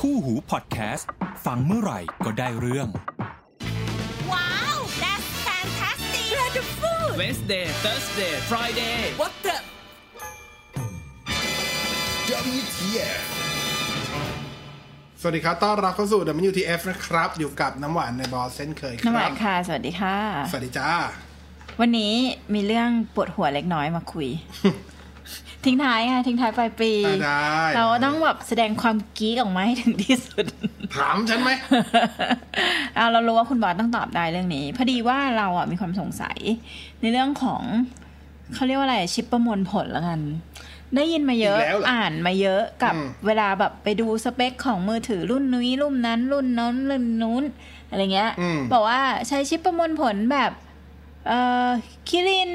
คู่หูพอดแคสต์ ฟังเมื่อไหร่ก็ได้เรื่อง Wow, that's fantastic! Wonderful! Wednesday, Thursday, Friday What the? WTF สวัสดีครับ ต้อนรับเข้าสู่ WTF นะครับ อยู่กับน้ำหวานในบอสเช่นเคยครับ น้ำหวานค่ะ สวัสดีค่ะ สวัสดีจ้า วันนี้มีเรื่องปวดหัวเล็กน้อยมาคุ ย ทิ้งท้ายค่ะ ทิ้งท้ายปลายปี อ่ะได้ เราก็ต้องแบบแสดงความกี้ออกมาให้ถึงที่สุด ถามฉันไหม เอาเรารู้ว่าคุณบอสต้องตอบได้เรื่องนี้ พอดีว่าเราอ่ะมีความสงสัย ในเรื่องของเขาเรียกว่าอะไรชิปประมวลผลละกัน ได้ยินมาเยอะ อีกแล้วเหรออ่ อ่านมาเยอะกับ อืม เวลาแบบไปดูสเปคของมือถือรุ่นนี้รุ่นนั้น รุ่นนั้นรุ่นนู้นอะไรเงี้ย อืม บอกว่าใช้ชิปประมวลผลแบบ เอ่อคิริน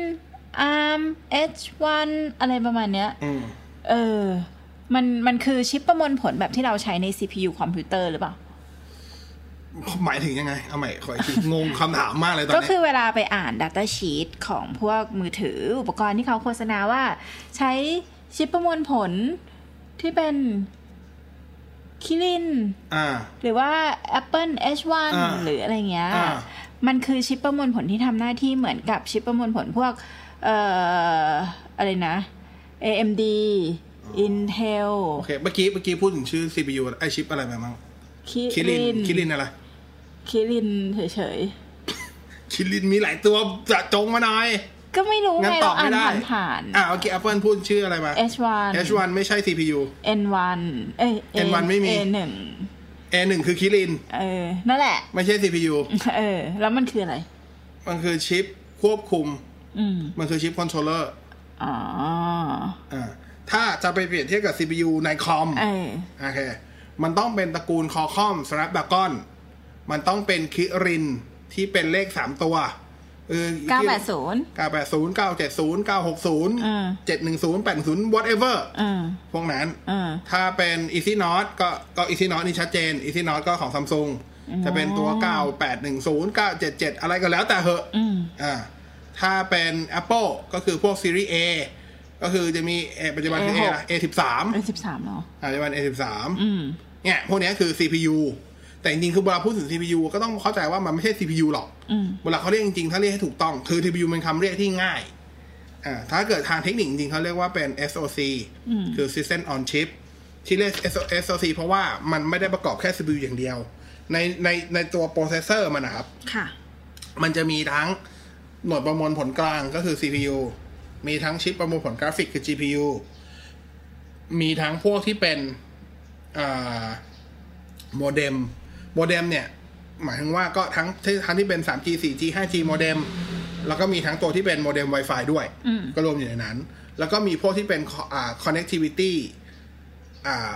อาร์มเอชวันอะไรประมาณเนี้ย อืม เออ มันมันคือชิปประมวลผลแบบที่เราใช้ใน CPU คอมพิวเตอร์หรือเปล่า หมายถึงยังไง เอาใหม่ขออีกที งงคำถามมากเลยตอน ก็ เนี้ คือย เวลาไปอ่าน Data Sheet ของพวกมือถืออุปกรณ์ที่เขาโฆษณาว่า ใช้ชิปประมวลผลที่เป็นคิริน อ่า หรือว่า Apple H1 อ่า หรืออะไรเงี้ย อ่า มันคือชิปประมวลผลที่ทำหน้าที่เหมือนกับชิปประมวลผลพวก เอ่อ อะไรนะ AMD Intel โอเค เมื่อกี้ เมื่อกี้พูดถึงชื่อ CPU ไอชิปอะไรไปมั้งคิริน คิรินอะไร คิรินเฉย คิรินมีหลายตัวจะจงมาหน่อย ๆ ก็ไม่รู้ งั้น ไง ตอบเราอ่า ไม่ น ได้ ผ่านผ่านๆ อ่าโอเค Apple พูดชื่ออะไรมา H1 H1 ไม่ใช่ CPU N1 เอ้ย N1 ไม่มี A1 A1 คือคิริน เออ นั่นแหละ ไม่ใช่ CPU เออ แล้วมันคืออะไร มันคือชิปควบคุม อืม มันคือชิปคอนโทรลเลอร์ อ๋อ อ่าถ้าจะไปเปรียบเทียบกับ CPU ในคอม เออ โอเค มันต้องเป็นตระกูลคอคอม Snapdragon มันต้องเป็นคิรินที่เป็นเลข 3 ตัวเออ 980 980 970 960 อืม 710 810 whatever อืม พวกนั้น อืม ถ้าเป็น Exynos ก็ก็ Exynos นี่ชัดเจน Exynos ก็ของ Samsung จะเป็นตัว 9810 977 อะไรก็แล้วแต่เหอะ อืม อ่าถ้าเป็น Apple ก็คือพวก Series A ก็คือจะมีเอ่อปัจจุบันคือ A ละ A13 เอสิบสามเนาะ ปัจจุบัน A13 อืม เนี่ยพวกเนี้ยคือ CPU แต่จริงๆ คือเวลาพูดถึง CPU ก็ต้องเข้าใจว่ามันไม่ใช่ CPU หรอก อืม เวลาเขาเรียกจริงๆ ถ้าเรียกให้ถูกต้อง คือ TPU เป็นคำเรียกที่ง่าย อ่า ถ้าเกิดทางเทคนิคจริงๆ เขาเรียกว่าเป็น SOC คือ System on Chip ที่เรียก SOC เพราะว่ามันไม่ได้ประกอบแค่ CPU อย่างเดียว ในในในตัวโปรเซสเซอร์มันนะครับ ค่ะ มันจะมีทั้งหน่วยประมวลผลกลางก็คือ CPU มีทั้งชิปประมวลผลกราฟิกคือ GPU มีทั้งพวกที่เป็นอ่าโมเด็ม โมเด็มเนี่ย หมายถึงว่าก็ทั้งที่ทั้งที่เป็น 3G 4G 5G โมเด็ม แล้วก็มีทั้งตัวที่เป็นโมเด็ม Wi-Fi ด้วย อืม ก็รวมอยู่ในนั้น แล้วก็มีพวกที่เป็นอ่า connectivity อ่า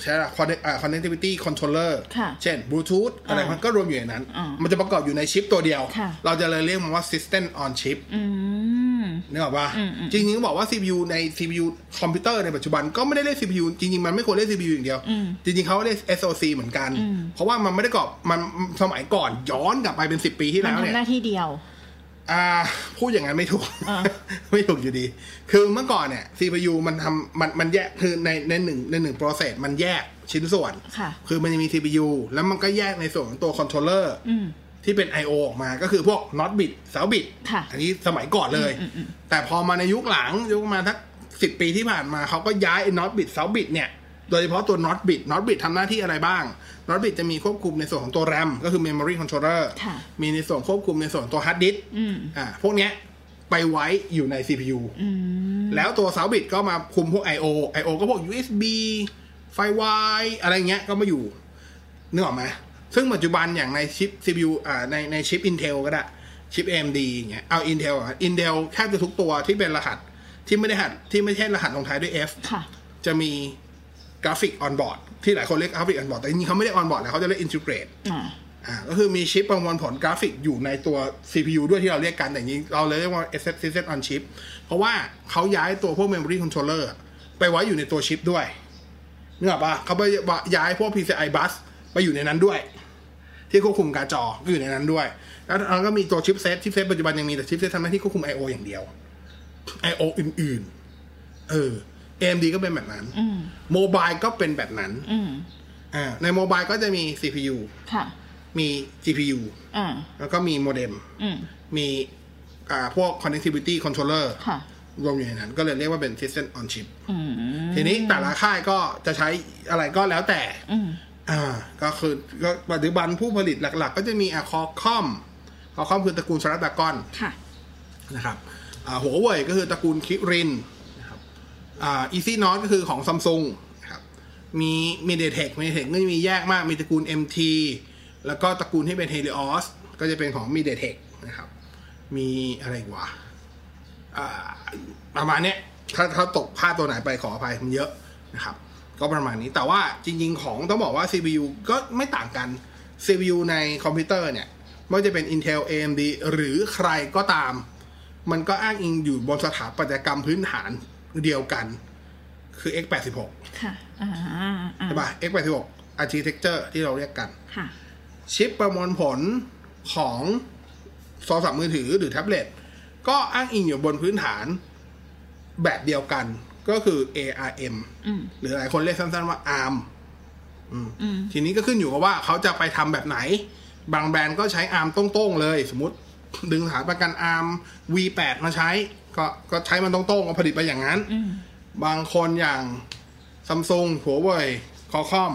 ใช่ละ connect- อ่า connectivity controller ค่ะ เช่น Bluetooth อะไร อ่ามั มันก็รวมอยู่ในนั้น อ่ามั มันจะประกอบอยู่ในชิปตัวเดียว ค่ะ เราจะเลยเรียกมันว่า system on chip อืม นึกออกปะ อืมอืม จริงๆก็บอกว่า CPU ใน CPU คอมพิวเตอร์ในปัจจุบันก็ไม่ได้เรียก CPU จริงๆ มันไม่ควรเรียก CPU อย่างเดียว อืม จริงๆ เขาเรียก SOC เหมือนกัน อืม เพราะว่ามันไม่ได้กรอบมันสมัยก่อนย้อนกลับไปเป็น 10 ปีที่ มั แล้ น วเนี่ย ทำหน้าที่เดียว อ่าพูดอย่างนั้นไม่ถูก อ่า ไม่ถูกอยู่ดี คือเมื่อก่อนเนี่ย CPU มันทำมันมันแยกคือในในหนึ่งในหนึ่งโปรเซสมันแยกชิ้นส่วน ค่ะ คือมันจะมี CPU แล้วมันก็แยกในส่วนของตัวคอนโทรลเลอร์ อืม ที่เป็น I/O ออกมาก็คือพวก not bit เสาบิต ค่ะ อันนี้สมัยก่อนเลย แต่พอมาในยุคหลังยุคประมาณทักสิปีที่ผ่านมาเขาก็ย้าย not bit เสาบิตเนี่ย โดยเฉพาะตัว not bit not bit ทำหน้าที่อะไรบ้าง not bit จะมีควบคุมในส่วนของตัว RAM ก็คือ memory controller ค่ะ มีในส่วนควบคุมในส่วนตัว hard disk อืม อ่าพวกเนี้ยไปไว้อยู่ใน CPU อืม แล้วตัวเสาบิตก็มาคุมพวก I/O I/O ก็พวก USB ไฟวายอะไรเงี้ยก็มาอยู่นึกออกไหมซึ่งปัจจุบันอย่างในชิป CPU อ่าในในชิป Intel ก็ได้ ชิป AMD อย่างเงี้ยเอา Intel อ่ะ Intel แทบจะทุกตัวที่เป็นรหัสที่ไม่ได้หัสที่ไม่ใช่รหัสลงท้ายด้วย F ค่ะ จะมีกราฟิกออนบอร์ดที่หลายคนเรียกกราฟิกออนบอร์ดแต่จริงๆเขาไม่ได้ออนบอร์ดนะเขาจะเรียกอินทิเกรต อ่า อ่าก็คือมีชิปประมวลผลกราฟิกอยู่ในตัว CPU ด้วยที่เราเรียกกันแต่อย่างนี้เราเลยเรียกว่า SF System on Chip เพราะว่าเขาย้ายตัวพวก Memory Controller อะไปไว้อยู่ในตัวชิปด้วยนึกออกปะเขาไปย้ายพวก PCI Bus ไปอยู่ในนั้นด้วย ที่ควบคุมการ์ดจอก็อยู่ในนั้นด้วย แล้วมันก็มีตัวชิปเซตชิปเซตปัจจุบันยังมีแต่ชิปเซตทำหน้าที่ควบคุม I/O อย่างเดียว I/O อื่นๆ เออ AMD ก็เป็นแบบนั้น อืม โมบายก็เป็นแบบนั้น อืม อ่าในโมบายก็จะมี CPU ค่ะ มี GPU อ่า แล้วก็มีโมเด็ม อืม มีอ่าพวก connectivity controller ค่ะ รวมอยู่ในนั้น ก็เลยเรียกว่าเป็น system on chip อืม ทีนี้แต่ละค่ายก็จะใช้อะไรก็แล้วแต่ อืม อ่า ก็คือก็ปัจจุบันผู้ผลิตหลักๆ ก็จะมีอะคอคอมคอคอมคือตระกูลสารตากอน ค่ะ นะครับอ่าหัวเว่ยก็คือตระกูลคิรินนะครับอ่าอีซี่นอตก็คือของซัมซุงนะครับมีมีเดเทคมีเดเทคก็จะมีแยกมากมีตระกูล MT แล้วก็ตระกูลที่เป็นเฮลิออสก็จะเป็นของมีเดเทคนะครับ มีอะไรอีกวะอ่าประมาณเนี้ยถ้าถ้าตกพลาดตัวไหนไปขออภัยมันเยอะนะครับ ก็ประมาณนี้แต่ว่าจริง ๆ ของต้องบอกว่า CPU ก็ไม่ต่างกัน CPU ในคอมพิวเตอร์เนี่ยไม่ว่าจะเป็น Intel AMD หรือใครก็ตาม มันก็อ้างอิงอยู่บนสถาปัตยกรรมพื้นฐานเดียวกัน คือ x86 ค่ะ อ่าอ่า ใช่ป่ะ x86 architecture ที่เราเรียกกัน ค่ะ ชิปประมวลผลของโทรศัพท์มือถือหรือแท็บเล็ตก็อ้างอิงอยู่บนพื้นฐานแบบเดียวกันก็คือ ARM อืม หรือหลายคนเรียกสั้นๆว่า ARM อืม อืม ทีนี้ก็ขึ้นอยู่กับว่าเขาจะไปทำแบบไหน บางแบรนด์ก็ใช้อาร์มตรงๆเลย สมมติ ดึงสถานประกันอาร์ม V8 มาใช้ ก็ก็ใช้มันตรงๆก็ผลิตไปอย่างนั้น อืม บางคนอย่างซัมซุงหัวเว่ยคอคอม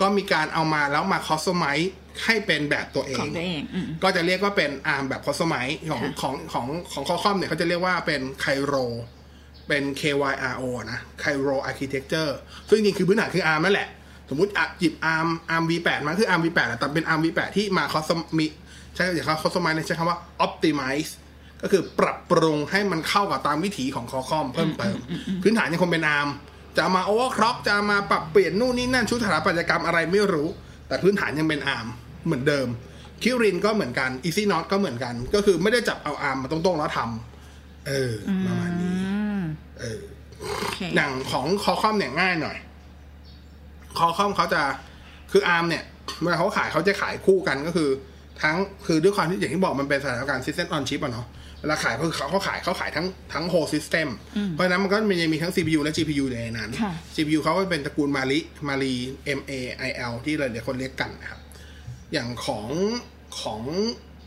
ก็มีการเอามาแล้วมาคอสตอมไมซ์ให้เป็นแบบตัวเอ ของ งตัวเอง อืม ก็จะเรียกว่าเป็นอาร์มแบบคอสตอมไมซ์ของ ค่ะ ของของของคอคอมเนี่ยเขาจะเรียกว่าเป็นไคโรเป็น KYRO นะไคโรอาร์ i ิเท t เจอร์ซึ่งจริงๆคือพื้นฐานคืออาร์มนั่นแหละ สมมติอ่ะหยิบอาร์มอาร์ม V8 มันคืออาร์ม V8 แต่เป็นอาร์ม V8 ที่มาคอสตอมมิใช้อย่างเขาคอสตอมไมซ์ใช้คำว่า optimize ก็คือปรับปรุงให้มันเข้ากับตามวิถีของคอคอมเพิ่มเติม พื้นฐานยังคงเป็นอาร์มจะเอามาโอเวอร์คล็อกจะเอามาปรับเปลี่ยนนู่นนี่นั่นชุดสถาปัตยกรรมอะไรไม่รู้ แต่พื้นฐานยังเป็นอาร์มเหมือนเดิม คิรินก็เหมือนกันอีซี่นอตก็เหมือนกัน ก็คือไม่ได้จับเอาอาร์มมาตรงๆแล้วทำเอออประมาณนี้ อืม เออ โอเค อย่างของคอคอมเนี่ยง่ายหน่อย คอคอมเขาจะคืออาร์มเนี่ยเวลาเขาขายเขาจะขายคู่กันก็คือ ทั้งคือด้วยความที่อย่างที่บอกมันเป็นสถานการณ์ system on chip อะเนาะเวลาขายคือเขาเขาขายเขาขายทั้งทั้ง whole system เพราะฉะนั้นมันก็มันจะมีทั้ง CPU และ GPU อยู่ในนั้น ค่ะ CPU เขาก็เป็นตระกูลมาริมารี M A I L ที่หลายๆคนเรียกกันนะครับ อย่างของของ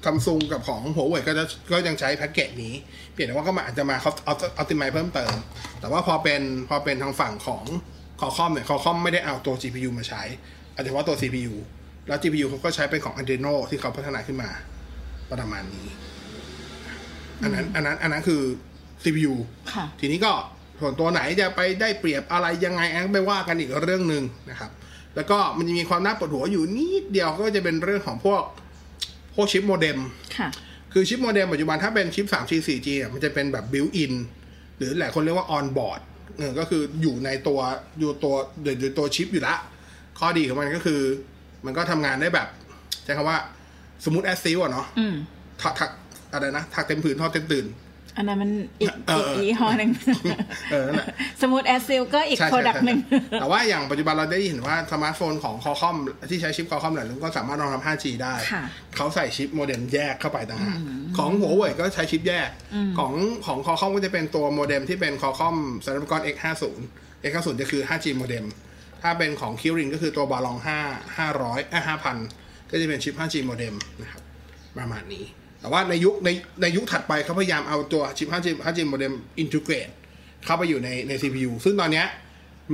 ซัมซุงกับของหัวเว่ยก็จะก็ยังใช้แพ็กเกจนี้ เปลี่ยนแต่ว่าก็มาอาจจะมาเขาเอาเอาติมายเพิ่มเติม แต่ว่าพอเป็นพอเป็นทางฝั่งของคอคอมเนี่ยคอคอมไม่ได้เอาตัว GPU มาใช้เอาเฉพาะตัว CPU แล้ว GPU เขาก็ใช้เป็นของ Adreno ที่เขาพัฒนาขึ้นมาประมาณนี้ อันนั้นอันนั้นอันนั้นคือ CPU ค่ะ ทีนี้ก็ส่วนตัวไหนจะไปได้เปรียบอะไรยังไงอันนั้นไปว่ากันอีกเรื่องหนึ่งนะครับ แล้วก็มันจะมีความน่าปวดหัวอยู่นิดเดียวก็จะเป็นเรื่องของพวกพวกชิปโมเด็ม ค่ะ คือชิปโมเด็มปัจจุบันถ้าเป็นชิป 3G 4G เนี่ยมันจะเป็นแบบบิวอินหรือหลายคนเรียกว่าออนบอร์ดก็คืออยู่ในตัวอยู่ตัวอยู่ตัวชิปอยู่ละ ข้อดีของมันก็คือ มันก็ทำงานได้แบบใช้คำว่าสมมติแอสซิวอะเนาะ อืม ถักถักอะไรนะถักเต็มผืนทอดเต็มตื่น อันนั้นมันอีก เออเอออี อีกยี่ห้อหนึ่ง เออนั่นแหละ สมูทแอสซิลก็อีก ใช่ โปร ใช่ ดักต์หนึ่ง ใช่แต่ว่าอย่างปัจจุบันเราได้เห็นว่าสมาร์ทโฟนของคอคอมที่ใช้ชิปคอคอมหลายรุ่นก็สามารถรองรับ 5G ได้ ค่ะ เขาใส่ชิปโมเด็มแยกเข้าไปต่างหากของหัวเว่ยก็ใช้ชิปแยก ของของคอคอมก็จะเป็นตัวโมเด็มที่เป็นคอคอมสารพกร X50 X50 จะคือ 5G โมเด็ม ถ้าเป็นของคิรินก็คือตัวบาลอง5 500เอ้ย5,000 ก็จะเป็นชิป 5G โมเด็มนะครับประมาณนี้ แต่ว่าในยุคในในยุคถัดไปเขาพยายามเอาตัวชิป 5G 5G โมเด็มอินทิเกรตเข้าไปอยู่ในใน CPU ซึ่งตอนเนี้ย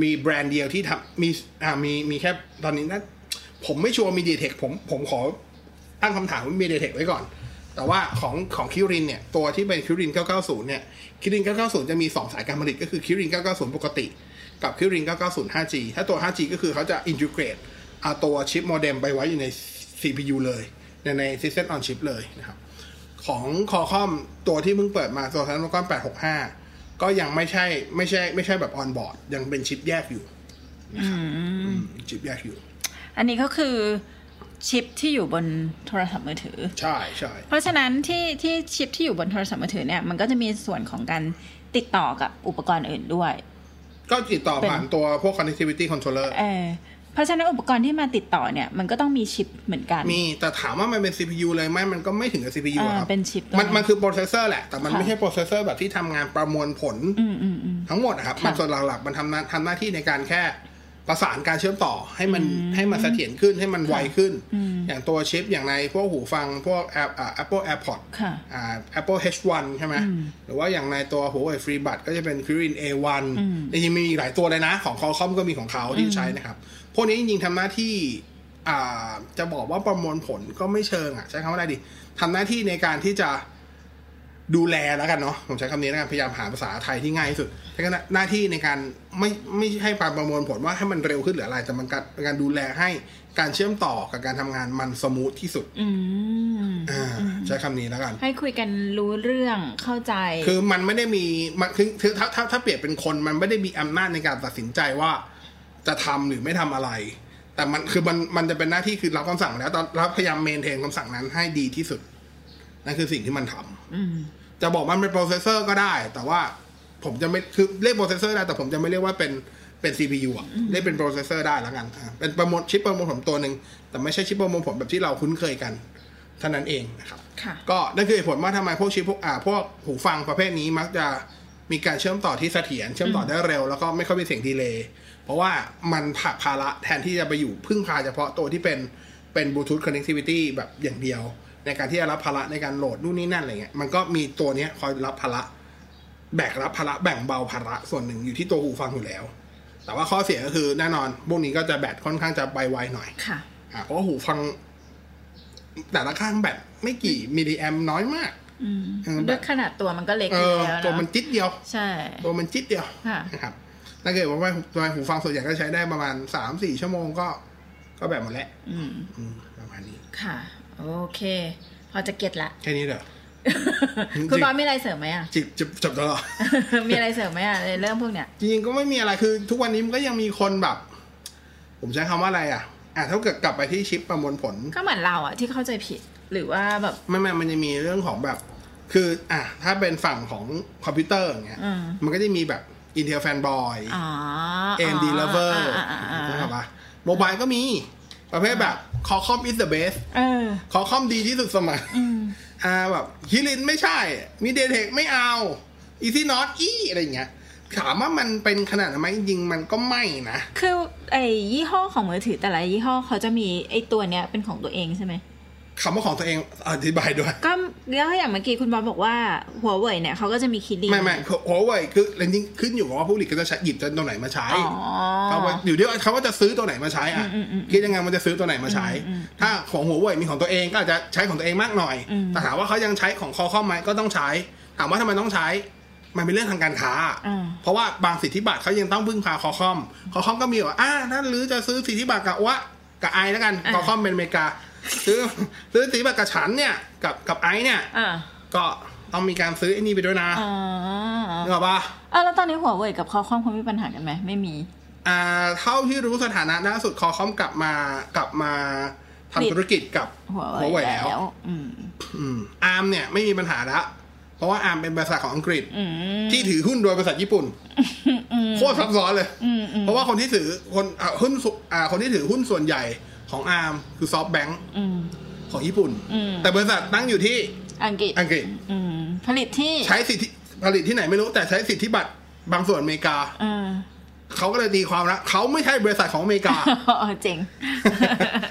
มีแบรนด์เดียวที่ทำมีอ่ามีมีแค่ตอนนี้นะผมไม่ชัวร์มีดีเทคผมผมขอตั้งคำถามว่ามีดีเทคไว้ก่อน แต่ว่าของของคิรินเนี่ย ตัวที่เป็นคิริน 990 เนี่ยคิริน 990 จะมี 2 สายการผลิตก็คือคิริน 990 ปกติ กับคิริน 990 5G ถ้าตัว 5G ก็คือเขาจะอินทิเกรตเอาตัวชิปโมเด็มไปไว้อยู่ใน CPU เลย ในใน System on Chip เลยนะครับ ของคอคอมตัวที่เพิ่งเปิดมาตัวทันมังกร865 ก็ยังไม่ใช่ไม่ใช่ ไม่ใช่แบบออนบอร์ดยังเป็นชิปแยกอยู่นะครับอืมชิปแยกอยู่ อันนี้ก็คือชิปที่อยู่บนโทรศัพท์มือถือ ใช่ใช่ เพราะฉะนั้นที่ที่ชิปที่อยู่บนโทรศัพท์มือถือเนี่ยมันก็จะมีส่วนของการติดต่อกับอุปกรณ์อื่นด้วย ก็ติดต่อ เป็น ผ่านตัวพวก connectivity controller เออเพราะฉะนั้นอุปกรณ์ที่มาติดต่อเนี่ย มันก็ต้องมีชิปเหมือนกัน มีแต่ถามว่ามันเป็น CPU เลยไหมมันก็ไม่ถึงกับ CPU อะครับ อ่าเป็นชิป มัน ด้วย มันคือโปรเซสเซอร์แหละ แต่มัน ค่ะ ไม่ใช่โปรเซสเซอร์แบบที่ทำงานประมวลผล อืมอืมอืม ทั้งหมดนะครับ ค่ะ มันส่วนหลักๆมันทำหน้าทำหน้าที่ในการแค่ ประสานการเชื่อมต่อให้มันให้มันเสถียรขึ้นให้มันไวขึ้น อย่างตัวชิปอย่างในพวกหูฟังพวกแอปอ่า Apple AirPods ค่ะ อ่า Apple H1 ใช่ไหมหรือว่าอย่างในตัว Huawei FreeBuds ก็จะเป็น Kirin A1 จริงๆมีอีกหลายตัวเลยนะ ของ Qualcomm ก็มีของเขาที่ใช้นะครับ พวกนี้จริงๆทำหน้าที่อ่าจะบอกว่าประมวลผลก็ไม่เชิงอ่ะใช้คำว่าอะไรดีทำหน้าที่ในการที่จะ ดูแลแล้วกันเนาะผมใช้คำนี้แล้วกันพยายามหาภาษาไทยที่ง่ายที่สุดใช้หน้าที่ในการไม่ไม่ให้ความประมวลผลว่าให้มันเร็วขึ้นหรืออะไร แต่มันการการดูแลให้การเชื่อมต่อกับการทำงานมันสมูทที่สุด อืม อ่าใช้คำนี้แล้วกัน ให้คุยกันรู้เรื่องเข้าใจ คือมันไม่ได้มีมันคือคือถ้าถ้าถ้าเปรียบเป็นคนมันไม่ได้มีอำนาจในการตัดสินใจว่า จะทำหรือไม่ทำอะไร แต่มันคือมันมันจะเป็นหน้าที่คือรับคำสั่งแล้วตอนรับพยายามเมนเทนคำสั่งนั้นให้ดีที่สุดนั่นคือสิ่งที่มันทำ อืม จะบอกมันเป็นโปรเซสเซอร์ก็ได้ แต่ว่าผมจะไม่คือเรียกโปรเซสเซอร์ได้แต่ผมจะไม่เรียกว่าเป็นเป็น CPU อ่ะเรียกเป็นโปรเซสเซอร์ได้แล้วกันอ่ะเป็นประมวลชิปประมวลผลตัวหนึ่งแต่ไม่ใช่ชิปประมวลผลแบบที่เราคุ้นเคยกันเท่านั้นเองนะครับ ค่ะ ก็นั่นคือเหตุผลว่าทำไมพวกชิปพวกอ่าพวกหูฟังประเภทนี้มักจะมีการเชื่อมต่อที่เสถียรเชื่อมต่อได้เร็วแล้วก็ไม่ค่อยมีเสียงดีเลย์เพราะว่ามันผลักภาระแทนที่จะไปอยู่พึ่งพาเฉพาะตัวที่เป็นเป็นบลูทูธคอนเนคทิวิตี้แบบอย่างเดียว ในการที่จะรับภาระในการโหลดนู่นนี่นั่นอะไรเงี้ยมันก็มีตัวเนี้ยคอยรับภาระแบกรับภาระแบ่งเบาภาระส่วนหนึ่งอยู่ที่ตัวหูฟังอยู่แล้ว แต่ว่าข้อเสียก็คือแน่นอนพวกนี้ก็จะแบตค่อนข้างจะไปไวหน่อย ค่ะ อ่ะเพราะว่าหูฟัง แต่ละข้างแบตไม่กี่มิลลิแอมน้อยมาก อืม เออแบบ ด้วยขนาดตัวมันก็เล็ก เอ อยู่ อ แล้ว ตัวมัน เนาะ จิ๊ดเดียว ใช่ ตัวมันจิ๊ดเดียว ค่ะ นะครับถ้าเกิดว่าตัวหูฟังส่วนใหญ่ก็ใช้ได้ประมาณสามสี่ชั่วโมงก็ ก็แบตหมดแล้ว อืม อืมประมาณนี้ ค่ะ โอเค พอจะเก็ตละ แค่นี้เด้อ จริง คุณบอสมีอะไรเสริมไหมอ่ะ จิบจิบจบแล้วเหรอ มีอะไรเสริมไหมอ่ะในเรื่องพวกเนี้ย จริงๆก็ไม่มีอะไรคือทุกวันนี้มันก็ยังมีคนแบบ ผมใช้คำว่าอะไรอ่ะ อ่ะถ้าเกิดกลับไปที่ชิปประมวลผล ก็เหมือนเราอ่ะที่เข้าใจผิด หรือว่าแบบ ไม่ไม่มันจะมีเรื่องของแบบ คือ อ่ะถ้าเป็นฝั่งของคอมพิวเตอร์อย่างเงี้ย อืม มันก็จะมีแบบ Intel Fanboy อ๋อ AMD Lover าาอ่า ใช่ อ่า ปะโมบายก็มีประเภทแบบ Qualcomm is the best เออ Qualcomm ดีที่สุดเสมัยอ่าแบบฮิลินไม่ใช่ มีเดเทคไม่เอา Easy Not อีอะไรอย่างเงี้ย ถามว่ามันเป็นขนาดนั้นไหมจริงๆมันก็ไม่นะ คือไอ้ยี่ห้อของมือถือแต่ละยี่ห้อเขาจะมีไอ้ตัวเนี้ยเป็นของตัวเองใช่ไหม คำว่าของตัวเองอธิบายด้วย ก็แล้วอย่างเมื่อกี้คุณบอลบอกว่าหัวเว่ยเนี่ยเขาก็จะมีคิดดี ไม่ไม่โอ้ยคือจริงๆขึ้นอยู่กับว่าผู้ผลิตก็จะใช้หยิบจะตัวไหนมาใช้ อ๋อ เขาว่าอยู่ที่ว่าเขาว่าจะซื้อตัวไหนมาใช้อ่ะคิดยังไงมันจะซื้อตัวไหนมาใช้ ถ้าของหัวเว่ยมีของตัวเองก็อาจจะใช้ของตัวเองมากหน่อย อืม แต่ถามว่าเขายังใช้ของคอคอมไหมก็ต้องใช้ ถามว่าทำไมต้องใช้ มันเป็นเรื่องทางการค้า อ่า เพราะว่าบางสิทธิบัตรเขายังต้องพึ่งพาคอคอม คอคอมก็มีว่าอ่าถ้าหรือจะซื้อสิทธิบัตรกับวะกับไอแล้วกัน อ่า คอคอมเป็นอเมริกา ซื้อซื้อสิทธิบัตรกับฉันเนี่ยกับกับไอเนี่ย อ่า ก็ต้องมีการซื้อไอ้นี่ไปด้วยนะ อ๋อ นึกออกปะ เออแล้วตอนนี้หัวเว่ยกับคอคอมเขามีปัญหากันไหมไม่มี อ่า เท่าที่รู้สถานะล่าสุดคอคอมกลับมากลับมาทำธุรกิจกับ หัวหัเว่ยว เว่ย แล้ แล้ว ว อืม อืมอาร์มเนี่ยไม่มีปัญหาละเพราะว่าอาร์มเป็นบริษัทของอังกฤษ อืม ที่ถือหุ้นโดยบริษัทญี่ปุ่น โคตรซับซ้อนเลย อืมอืม เพราะว่าคนที่ถือคนอ่าหุ้นส่วนอ่าคนที่ถือหุ้นส่วนใหญ่ของอาร์มคือซอฟต์แบงค์ อืม ของญี่ปุ่น อืม แต่บริษัทตั้งอยู่ที่ อังกฤษ อังกฤษ อืม ผลิตที่ ใช้สิทธิผลิตที่ไหนไม่รู้แต่ใช้สิทธิบัตรบางส่วนอเมริกา อ่า เขาก็เลยตีความละเขาไม่ใช่บริษัทของอเมริกา อ๋อเจ๋ง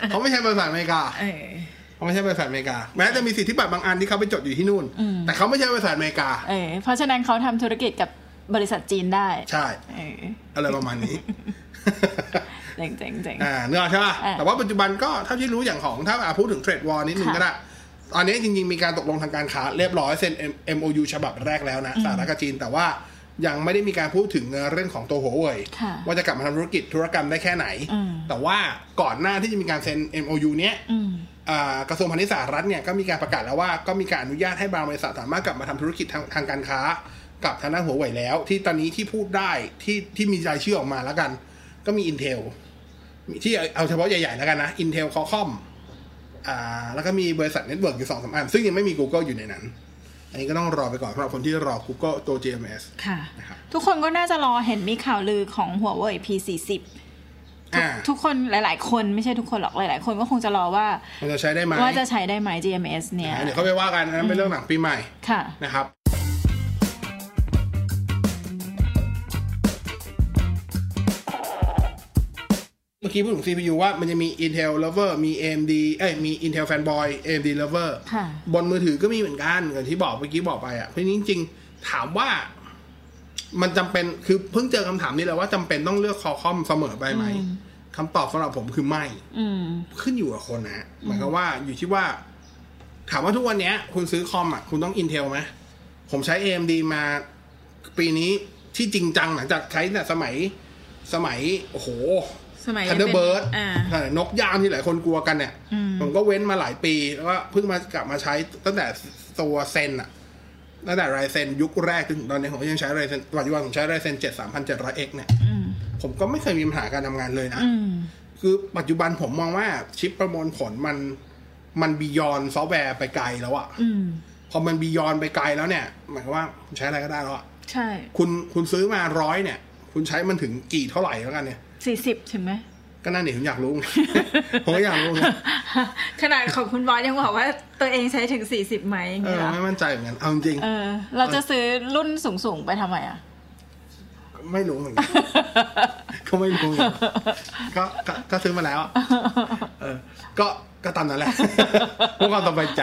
เขาไม่ใช่บริษัทอเมริกา เออ เขาไม่ใช่บริษัทอเมริกา แม้จะมีสิทธิบัตรบางอันที่เขาไปจดอยู่ที่นู่น อืม แต่เขาไม่ใช่บริษัทอเมริกา เออ เพราะฉะนั้นเขาทำธุรกิจกับบริษัทจีนได้ ใช่ เออ อะไรประมาณนี้ เจ๋งเจ๋งเจ๋ง อ่าเนื้อกใช่ป่ะ เออ แต่ว่าปัจจุบันก็เท่าที่รู้อย่างของถ้าอ่ะพูดถึงเทรดวอร์นิดนึง ค่ะ ก็ได้ ตอนนี้จริงๆ มีการตกลงทางการค้าเรียบร้อยเซ็น M- MOU ฉบับแรกแล้วนะสหรัฐกับจีน แต่ว่ายังไม่ได้มีการพูดถึงเรื่องของตัวหัวเว่ย ค่ะ ว่าจะกลับมาทำธุรกิจธุรกรรมได้แค่ไหน อืม แต่ว่าก่อนหน้าที่จะมีการเซ็น MOU เนี้ย อืม อ่ากระทรวงพาณิชย์สหรัฐเนี่ยก็มีการประกาศแล้วว่าก็มีการอนุญาตให้บางบริษัทสามารถกลับมาทำธุรกิจทางทางการค้า กับทางด้านหัวเว่ยแล้ว ที่ตอนนี้ที่พูดได้ที่ที่มีรายชื่อออกมาแล้วกัน ก็มี Intel มีที่เอาเอาเฉพาะใหญ่ๆแล้วกันนะ Intel c o m c o m อ่าแล้วก็มีบริษัทเน็ตเวิร์กอยู่สองสามอัน ซึ่งยังไม่มี Google อยู่ในนั้น อันนี้ก็ต้องรอไปก่อนสำหรับคนที่รอ Google ตัว GMS ค่ะ นะครับ ทุกคนก็น่าจะรอเห็นมีข่าวลือของหัวเว่ย P40 ทุก อ่า ทุกคนหลาย ๆ คนไม่ใช่ทุกคนหรอกหลาย ๆ คนก็คงจะรอว่า มันจะใช้ได้ไหม ว่าจะใช้ได้ไหม GMS เนี่ย อ่าเดี๋ยวเขาไปว่ากันอันนั้นเป็นเรื่องหลังปีใหม่ ค่ะ นะครับ ค เมื่อกี้พูดถึง CPU ว่ามันจะมี Intel Lover มี AMD เอ้ยมี Intel Fanboy AMD Lover ค่ะ บนมือถือก็มีเหมือนกันอย่างที่บอกเมื่อกี้บอกไปอ่ะเพราะฉะนี้นจริงๆถามว่า มันจำเป็นคือเพิ่งเจอคำถามนี้แหล้วว่าจำเป็นต้องเลือกคอคอมเสมอไปไหมคำตอบสำหรับผมคือไม่ อืม ขึ้นอยู่กับคนนะฮะหมายความว่าอยู่ที่ว่า ถามว่าทุกวันเนี้ย คุณซื้อคอมอ่ะ คุณต้อง Intel ไหมผมใช้ AMD มาปีนี้ที่จริงจังหลังจากใช้แต่สมัยสมัย โอ้โห สมัย ทันเดอร์เบิร์ด อ่า นกยามที่หลายคนกลัวกันเนี่ย อืม ผมก็เว้นมาหลายปี แล้วก็เพิ่งมากลับมาใช้ตั้งแต่ตัวเซนอะตั้งแต่ไรเซนยุคแรกจนถึงตอนนี้ผมก็ยังใช้ไรเซนปัจจุบันผมใช้ไรเซนเจ็ดสามพันเจ็ดร้อยเอ็กเนี่ย อืม ผมก็ไม่เคยมีปัญหาการทำงานเลยนะ อืม คือปัจจุบันผมมองว่าชิปประมวลผลมันมันบียอนซอฟต์แวร์ไปไกลแล้วอะ อืม พอมันบียอนไปไกลแล้วเนี่ย หมายความว่าคุณใช้อะไรก็ได้แล้วอะ ใช่ คุณคุณซื้อมาร้อยเนี่ย คุณใช้มันถึงกี่เท่าไหร่แล้วกันเนี่ย สี่สิบถึงไหม ก็นั่นเองผมอยากรู้ ไง ผมก็อยากรู้ไง ขนาดของคุณบอสยังบอกว่าตัวเองใช้ถึงสี่สิบไหมอย่าง เอ เงี้ อย เหรอ ไม่มั่นใจเหมือนกันเอาจริง เออ เราจะซื้อรุ่นสูงๆไปทำไมอ่ะ ๆไม่รู้เหมือน กัน ก็ไม่รู้เหมือนกันก็ก็ก็ซื้อมาแล้วอะเออ ก็ก็ตาม นั้นแหละ เพื่อความสบายใจ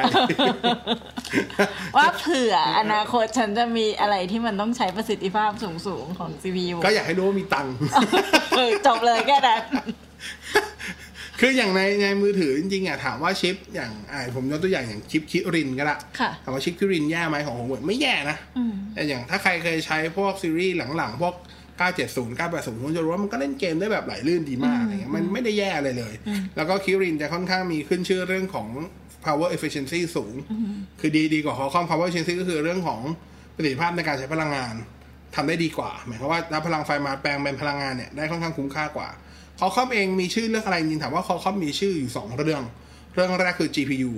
ว่าเผื่ออนาคตฉันจะมีอะไรที่มันต้องใช้ประสิทธิภาพสูงๆของ CPU ก็อยากให้รู้ว่ามีตังค์ เออจบเลยแค่นั้น คืออย่างในในมือถือจริงๆอ่ะถามว่าชิปอย่างอ่าผมยกตัวอย่างอย่างชิปคิรินก็ละ ค่ะ ถามว่าชิปคิรินแย่ไหมของผมไม่แย่นะ อืม แต่อย่างถ้าใครเคยใช้พวกซีรีส์หลังๆ พวก 970 980คุณจะรู้ว่ามันก็เล่นเกมได้แบบไหลลื่นดีมากอะไรเงี้ยมันไม่ได้แย่เลยเลย แล้วก็คิรินจะค่อนข้างมีขึ้นชื่อเรื่องของ power efficiency สูง คือดีดีกว่า Qualcomm power efficiency ก็คือเรื่องของประสิทธิภาพในการใช้พลังงาน ทำได้ดีกว่า หมายความว่ารับพลังไฟมาแปลงเป็นพลังงานเนี่ยได้ค่อนข้างคุ้มค่ากว่าคอคอมเองมีชื่อเรื่องอะไรจริงๆถามว่าคอคอมมีชื่ออยู่ 2 เรื่อง เรื่องแรกคือ GPU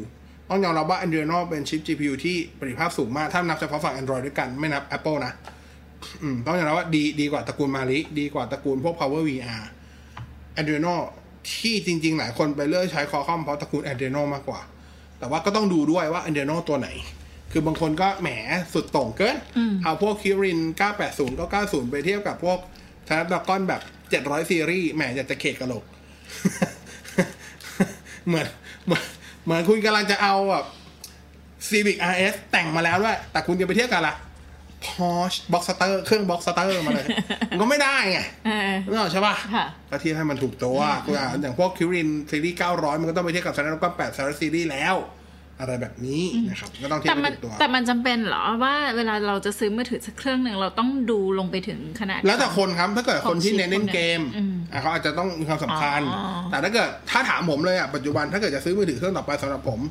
ต้องยอมรับว่า Adreno เป็นชิป GPU ที่ประสิทธิภาพสูงมาก ถ้านับเฉพาะฝั่ง Android ด้วยกันไม่นับ Apple นะอืมต้องยอมรับว่าดีดีกว่าตระกูลมาริดีกว่าตระกูลพวก Power VR Adreno ที่จริง ๆ หลายคนไปเลือกใช้คอคอมเพราะตระกูล Adreno มากกว่า แต่ว่าก็ต้องดูด้วยว่า Adreno ตัวไหน คือบางคนก็แหมสุดโต่งเกิน เอาพวกคิริน 980 990 ไปเทียบกับพวก Snapdragon แบบ 700 ซีรีส์แหมอยากจะเขกกระโหลก เหมือนเหมือนเหมือนคุณกำลังจะเอาแบบ Civic RS แต่งมาแล้วด้วย แต่คุณจะไปเทียบกับละ Porsche Boxster เครื่อง Boxster มาเลย มันก็ไม่ได้ไง เออ นึกออกใช่ป่ะ ค่ะ ก็เทียบให้มันถูกตัวกูอ่านอย่างพวกคิรินซีรีส์ 900 มันก็ต้องไปเทียบกับ Snapdragon 8 Series ซีรีส์แล้ว อะไรแบบนี้นะครับ ก็ต้องเทียบ แต่ ให้ มัน ถูกตัว แต่มันจำเป็นเหรอว่าเวลาเราจะซื้อมือถือสักเครื่องหนึ่งเราต้องดูลงไปถึงขนาด แล้วแต่คนครับ ถ้าเกิดคนที่ ของชิป เน้นเล่นเกม อืม อ่ะเขาอาจจะต้องมีความสำคัญ อ๋อ แต่ถ้าเกิดถ้าถามผมเลยอ่ะปัจจุบันถ้าเกิดจะซื้อมือถือเครื่องต่อไปสำหรับผม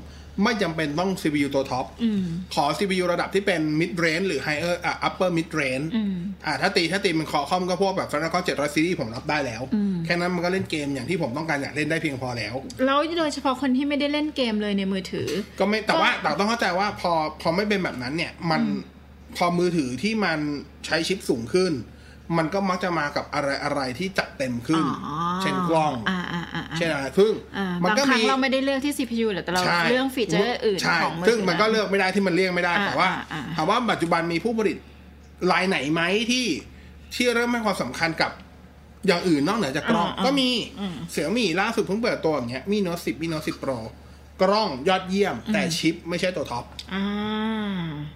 ไม่จำเป็นต้อง CPU ตัวท็อป อืม ขอ CPU ระดับที่เป็น mid range หรือ higher อ่ะ upper mid range อืม อ่ะถ้าตีถ้าตีมันคอคอมก็พวกแบบ Snapdragon 700 series ผมรับได้แล้ว อืม แค่นั้นมันก็เล่นเกมอย่างที่ผมต้องการอยากเล่นได้เพียงพอแล้ว แล้วโดยเฉพาะคนที่ไม่ได้เล่นเกมเลยในมือถือ ก็ไม่แต่ ก็ ว่าแต่ต้องเข้าใจว่าพอพอไม่เป็นแบบนั้นเนี่ย มันพอมือถือที่มันใช้ชิปสูงขึ้น มันก็มักจะมากับอะไรอะไรที่จัดเต็มขึ้น อ๋อ เช่นกล้อง อ่าอ่าอ่าอ่า เช่นอะไรซึ่ง อ่า มั บาง ก็ ครั้ มี งเราไม่ได้เลือกที่ CPU หรอกแต่เรา ใช่ เลือกฟีเจอร์อื่น ใช่ ของมือถือ ซึ่งมันก็เลือกไม่ได้ที่มันเลี่ยงไม่ได้ อ่า แต่ว่า อ่าอ่า ถามว่าปัจจุบันมีผู้ผลิตรายไหนไหมที่ที่เริ่มให้ความสำคัญกับอย่างอื่นนอกเหนือจากกล้องก็มีเสี่ยมี่ล่าสุดเพิ่งเปิดตัวอย่างเงี้ยมีโน้ตสิบมีโน้ตสิบโปรกล้องยอดเยี่ยม แต่ชิปไม่ใช่ตัวท็อป อ่า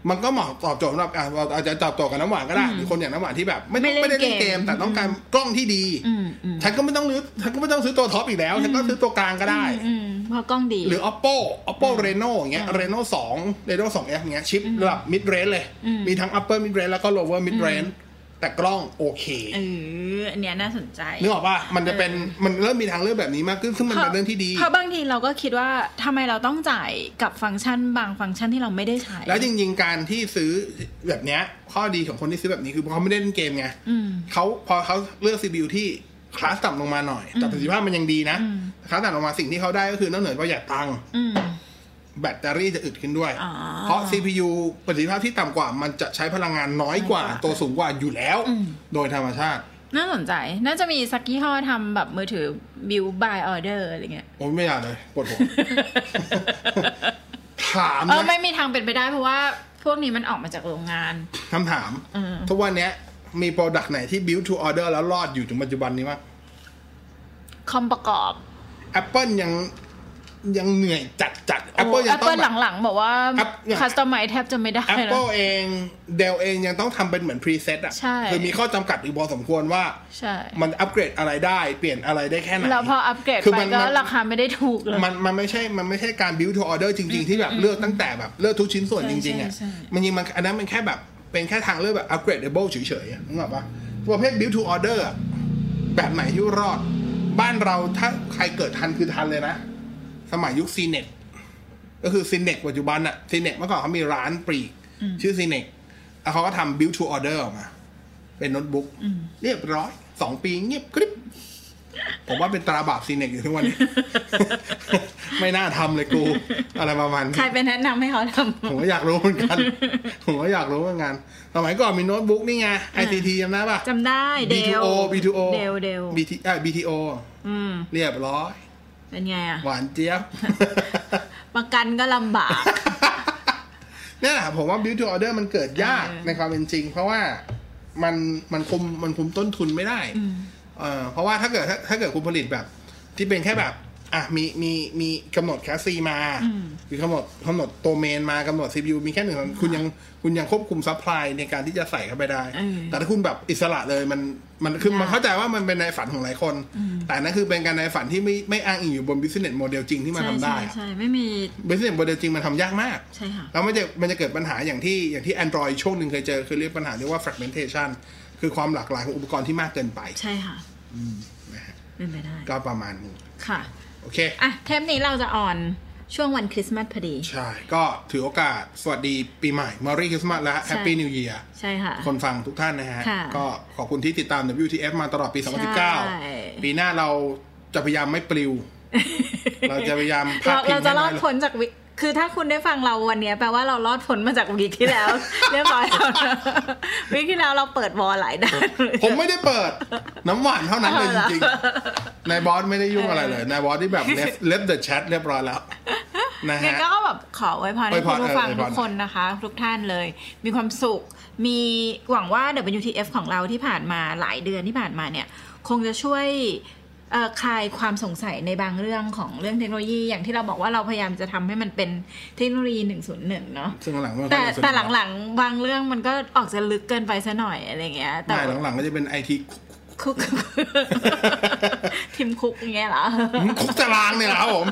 มันก็เหมาะตอบโจทย์สำหรับอ่ะเราอาจจะตอบโจทย์กับน้ำหวานก็ได้หรือคนอย่างน้ำหวานที่แบบ ไม่ต้อง ไม่ ไม่ เล่ ได้ น เล่นเก เก ม ม แต่ต้องการกล้องที่ดี อืมอืม ฉันก็ไม่ต้องซื้อฉันก็ไม่ต้องซื้อตัวท็อปอีกแล้วฉันก็ซื้อตัวกลางก็ได้ อืมเพราะกล้องดี หรือ oppo oppo reno อย่างเงี้ย reno 2 reno 2 f อย่างเงี้ยชิประดับ mid range เลย มีทั้ง upper mid range แล้วก็ lower mid range แต่กล้องโอเค เอออันเนี้ยน่าสนใจ นึกออกป่ะมันจะเป็นมันเริ่มมีทางเลือกแบบนี้มากขึ้นซึ่งมันเป็นเรื่องที่ดี เพราะบางทีเราก็คิดว่าทำไมเราต้องจ่ายกับฟังก์ชันบางฟังก์ชันที่เราไม่ได้ใช้ แล้วจริงๆ การที่ซื้อแบบเนี้ย ข้อดีของคนที่ซื้อแบบนี้คือเขาไม่ได้เล่นเกมไงเขาพอเขาเลือก CPU ที่คลาสต่ำลงมาหน่อย แต่ประสิทธิภาพมันยังดีนะคลาสต่ำลงมาสิ่งที่เขาได้ก็คือนอกเหนือประหยัดตังค์ อืม แบตเตอรี่จะอึดขึ้นด้วย อ๋อ เพราะ CPU ประสิทธิภาพที่ต่ำกว่า มันจะใช้พลังงานน้อยกว่า น้อยกว่า ตัวสูงกว่าอยู่แล้ว โดยธรรมชาติ น่าสนใจ น่าจะมีสักยี่ห้อทำแบบมือถือ build by order อะไรเงี้ย โอ้ยไม่อยากเลยปวดหัว ถาม เออ นะ ไม่มีทางเป็นไปได้เพราะว่าพวกนี้มันออกมาจากโรงงาน คำถาม เออ ทุกวันเนี้ยมีโปรดักต์ไหนที่ build to order แล้วรอดอยู่ถึงปัจจุบันนี้มั้ง คอมประกอบ Apple ยังยังเหนื่อยจัดจัด แอป Apple ยังต้ เปิ อ ล งแบบ หลังๆ บอกว่า App เนี่ย คัสตอมไมแทบจะไม่ได้แล้ว Apple เองเดลเองยังต้องทำเป็นเหมือนพรีเซตอ่ะ ใช่ คือมีข้อจำกัดอีกพอสมควรว่า ใช่ มันอัปเกรดอะไรได้เปลี่ยนอะไรได้แค่ไหน แล้วพออัปเกรด คือ ไป มัน ก็ มัน ราคาไม่ได้ถูกเลย มันมันไม่ใช่มันไม่ใช่การ build to order จริง ๆ ที่แบบเลือกตั้งแต่แบบเลือกทุกชิ้นส่วน ใช่ จริงๆอ่ะ ใช่ใช่ มันยิงมันอันนั้นมันแค่แบบเป็นแค่ทางเลือกแบบ upgradable เฉยๆอะนึกออกปะประเภท build to order อะแบบไหนที่รอด บ้านเราถ้าใครเกิดทันคือทันเลยนะ สมัยยุคซีเน็ตก็คือซีเน็ตปัจจุบันอะซีเน็ตเมื่อก่อนเขามีร้านปลีก ชื่อซีเน็ตแล้วเขาก็ทำ build to order ออกมา เป็นโน้ตบุ๊กเรียบร้อยสองปีเงียบกริบ ผมว่าเป็นตราบาปซีเน็กอยู่ทุก วันนี้ ไม่น่าทำเลยกู อะไรประมาณนี้ ใครเป็นแนะนำให้เขาท ผมก็อยากรู้เหมื อนกัน ผมก็อยากรู้เหมือนกัน สมัยก่อนมีโน้ตบุ๊กนี่ไง ICT จำได้ปะ ำจำได้เดล B2O B2O เดลเดล BT เอ่อ BTO อืม เรียบร้อย เป็นไงอะ หวานเจี๊ยบ ประกันก็ลำบาก นี่นแหละผมว่า build to order มันเกิดยาก เออ ในความเป็นจริง เพราะว่ามันมันคุมมันคุมต้นทุนไม่ได้เออเพราะว่าถ้าเกิดถ้าถ้าเกิดคุณผลิตแบบ ที่เป็นแค่แบบอ่ะมีมีมีกำหนดแคสซีมา อืม หรือกำหนดกำหนดโตเมนมากำหนด CPU มีแค่หนึ่งคุณยังคุณยังควบคุมซัพพลายในการที่จะใส่เข้าไปได้ เออ แต่ถ้าคุณแบบอิสระเลยมันมันคือมันเข้าใจว่ามันเป็นในฝันของหลายคน แต่นั่นคือเป็นการในฝันที่ไม่ไม่อ้างอิงอยู่บน business model จริงที่มัน ใช่ ทำได้ ใช่ อะ ใช่ไม่มี business model จริงมันทำยากมาก ใช่ค่ะ แล้วมันจะมันจะเกิดปัญหาอย่างที่อย่างที่ Android ช่วงหนึ่งเคยเจอ คือเรียกปัญหาเรียกว่า fragmentation คือความหลากหลายของอุปกรณ์ที่มากเกินไป ใช่ค่ะ นะฮะ เป็นไปได้ ก็ประมาณนี้ ค่ะ โอเค อ่ะ เทปนี้เราจะออนช่วงวันคริสต์มาสพอดี ใช่ ก็ถือโอกาสสวัสดีปีใหม่ Merry Christmas และ ใช่ Happy New Year ใช่ค่ะ คนฟังทุกท่านนะฮะ ค่ะ ก็ขอบคุณที่ติดตาม WTF มาตลอดปี ใช่ 2019 ปีหน้าเราจะพยายามไม่ปลิว เราจะพยายามพาด เรา พิง เราจะรอด ให้น้ยลง พ้นจากวิคือถ้าคุณได้ฟังเราวันเนี้ยแปลว่าเรารอดพ้นมาจากวีคที่แล้ว เรียบร้อยแล้วนะ วีคที่แล้วเราเปิดวอลหลายด้าน ผมไม่ได้เปิด น้ำหวานเท่านั้นเลย เอา จ เหรอ ริงๆนายบอสไม่ได้ยุ่งอะไรเลยนายบอสที่ แบบเล็บเดอะแชทเรียบร้อยแล้วนะ งั้ ฮะ นก็แบบขอไว้พร อวให้ยพ คุ ร ณผู้ฟัง เอออวยพร ทุกคนนะคะ ทุกท่านเลย มีความสุข มีหวังว่า WTF ของเราที่ผ่านมาหลายเดือนที่ผ่านมาเนี่ย คงจะช่วยเอ่อคลายความสงสัยในบางเรื่องของเรื่องเทคโนโลยี อย่างที่เราบอกว่าเราพยายามจะทำให้มันเป็นเทคโนโลยี 101 เนาะ ซึ่งหลังๆมันก็ แต่แต่ ไม่ค่อย หลังๆ บางเรื่องมันก็ออกจะลึกเกินไปซะหน่อยอะไรเงี้ย แต่ ไม่หลังๆก็จะเป็นไอที คุก ทีมคุกอย่างเงี้ยเหรอ คุกตารางเนี่ย นะครับผม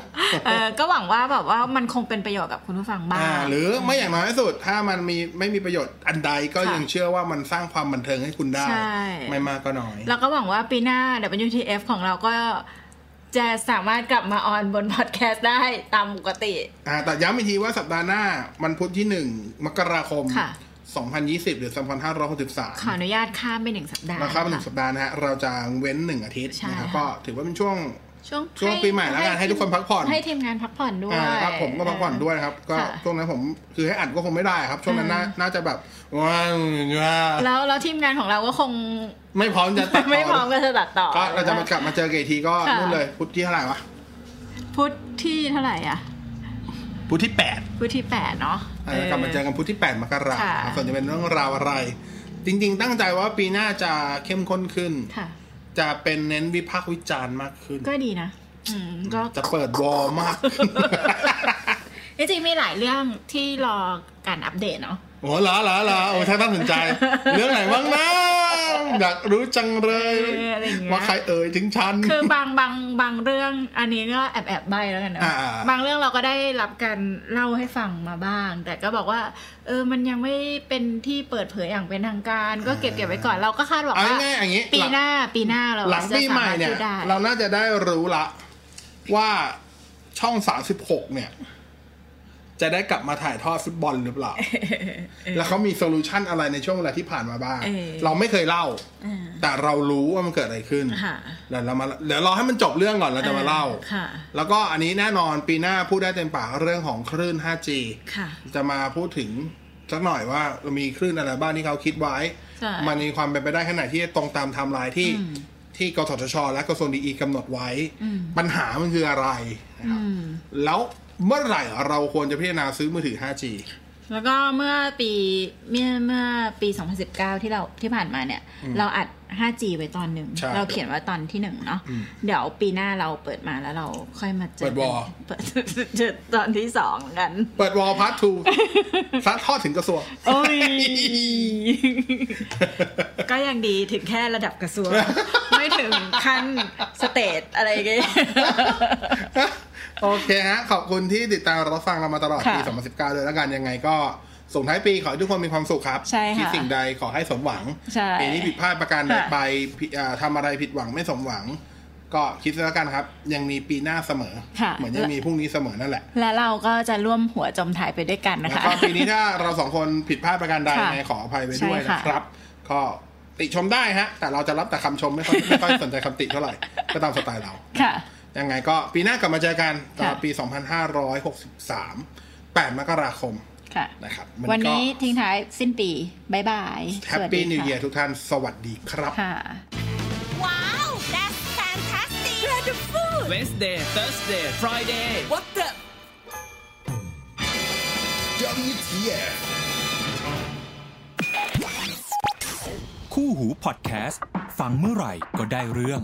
เออก็หวังว่าแบบว่ามันคงเป็นประโยชน์กับคุณผู้ฟังบ้า อ่าง หรือไม่อย่างน้อยที่สุด ถ้ามันมีไม่มีประโยชน์อันใดก็ ค่ะ ยังเชื่อว่ามันสร้างความบันเทิงให้คุณได้ ใช่ ไม่มากก็น้อย แล้วก็หวังว่าปีหน้า WTF ของเราก็จะสามารถกลับมาออนบนพอดแคสต์ได้ตามปกติ อ่าแต่ย้ำอีกทีว่าสัปดาห์หน้าวันพุธที่หนึ่งมกราคม ค่ะ 2020 หรือ 2563 ขออนุญาตข้ามไปหนึ่งสัปดาห์ นะครับหนึ่ง ค่ะ สัปดาห์นะฮะเราจะเว้นหนึ่งอาทิตย์ ใช่ นะครับ ค่ะ ก็ถือว่าเป็นช่วง ช่วง ช่วงปีใหม่แล้วกันให้ทุกคนพักผ่อน ให้ทีมงานพักผ่อนด้วย อ่าครับผมก็พักผ่อนด้วยนะครับ ก็ ค่ะ ช่วงนั้นผมคือให้อัดก็คงไม่ได้ครับ ช่วงนั้นน่า อืม น่าจะแบบว้าวว้าว แล้วแล้วทีมงานของเราก็คง ไม่พร้อมจะตัด ไม่พร้อม ต่ ก็จะตัดต่อ ก็เราจะมากลับมาเจอกันอีกทีก็ ค่ะ นู่นเลยพุธที่เท่าไหร่วะ พุธที่เท่าไหร่อ่ะ พุธที่แปด พุธที่แปดเนาะ อ่าเรากลับมาเจอกันพุธที่แปดมกราคม ค่ะ ครับส่วนจะเป็นเรื่องราวอะไร จริง ๆ ตั้งใจว่าปีหน้าจะเข้มข้นขึ้น ค่ะ จะเป็นเน้นวิพากษ์วิจารณ์มากขึ้น ก็ดีนะ อืมก็ จะเปิดวอลมากขึ้ น จริงๆมีหลายเรื่องที่รอการอัปเดตเนาะ โอ้ลาลาลาโอ้ท่านน่าสนใจ เรื่องไหนบ้างนะอยากรู้จังเลย เอออะไรอย่างเงี้ย ว่าใครเอ่ยถึงฉัน คือบางบางบางเรื่องอันนี้ก็แอบแอบใบแล้วกันเนอะ อ่าอ่าอ่า บางเรื่องเราก็ได้รับการเล่าให้ฟังมาบ้าง แต่ก็บอกว่า เออมันยังไม่เป็นที่เปิดเผยอย่างเป็นทางการ ก็เก็บเก็บไว้ก่อนเราก็คาดหวัง เอา ว่า ง่ายๆอย่างนี้ ปีหน้าปีหน้าเรา หลัง จะ ปีใหม่ สาารถ เนี่ย พูดได้ เราน่าจะได้รู้ละ ว่าช่องสามสิบหกเนี่ย จะได้กลับมาถ่ายทอดฟุตบอลหรือเปล่า แล้วเขามีโซลูชันอะไรในช่วงเวลาที่ผ่านมาบ้าง เราไม่เคยเล่า อ่า แต่เรารู้ว่ามันเกิดอะไรขึ้น ค่ะ เดี๋ยวเรามาเดี๋ยวรอให้มันจบเรื่องก่อนเราจะมาเล่า เออค่ะ แล้วก็อันนี้แน่นอนปีหน้าพูดได้เต็มปากเรื่องของคลื่น 5G ค่ะ จะมาพูดถึงสักหน่อยว่าเรามีคลื่นอะไรบ้างที่เขาคิดไว้ ใช่ มันมีความเป็นไปได้ขนาดที่จะตรงตามไทม์ไลน์ที่ที่กสทช และกระทรวงดีอีกำหนดไว้ ปัญหามันคืออะไรนะครับแล้วเมื่อไหร่เราควรจะพิจารณาซื้อมือถือ 5G แล้วก็เมื่อปีเมื่อเมื่อปี 2019 ที่เราที่ผ่านมาเนี่ย เราอัด 5G ไว้ตอนหนึ่ง ใช่ เราเขียนไว่าตอนที่หนึ่งเนาะ อืม เดี๋ยวปีหน้าเราเปิดมาแล้วเราค่อยมาเจอ เปิดวอร์ เปิดเจอตอนที่สองกัน เปิดวอลพาร์ท ทูซัดทอดถึงกระทรวง โอ้ย ก็ยังดีถึงแค่ระดับกระท รวง ไม่ถึงขั้นสเตทอะไรกัน โอเคฮะ ขอบคุณที่ติดตามรับฟังเรามาตลอด ค่ะ ปี 2019 เลยแล้วกันยังไงก็ส่งท้ายปีขอให้ทุกคนมีความสุขครับ ใช่ค่ะ คิดสิ่งใดขอให้สมหวัง ใช่ ปีนี้ผิดพลาดประการใด ค่ะ ไปผิดอ่าทำาอะไรผิดหวังไม่สมหวัง ก็คิดซะแล้วกันครับ ยังมีปีหน้าเสมอ ค่ะ เหมือนยังมีพรุ่งนี้เสมอนั่นแหละ และเราก็จะร่วมหัวจมถ่ายไปด้วยกันนะ แล้ว คะ ก็ปีนี้ถ้าเราสองคนผิดพลาดประการใด ค่ะ ยังไงขออภัยไปด้วยนะใช่ค่ะ ครับ ก็ติชมได้ฮะ แต่เราจะรับแต่คำชมไม่ค่อยไม่ค่อยสนใจคำติเท่าไหร่ก็ตามสไตล์เรา ค่ะ ยังไงก็ปีหน้ากลับมาเจอกันตอน ค่ะ ปี 2563 8 มกราคม ค่ะ นะครับ วันนี้ทิ้งท้ายสิ้นปี บ๊ายบาย แฮ ส ป วัสดี ปี้นิว ค่ะ เยียร์ทุกท่าน สวัสดีครับ ค่ะ Wow, that's fantastic. Wonderful. Wednesday, Thursday, Friday. What the? WTF คู่หูพอดแคสต์ ฟังเมื่อไหร่ก็ได้เรื่อง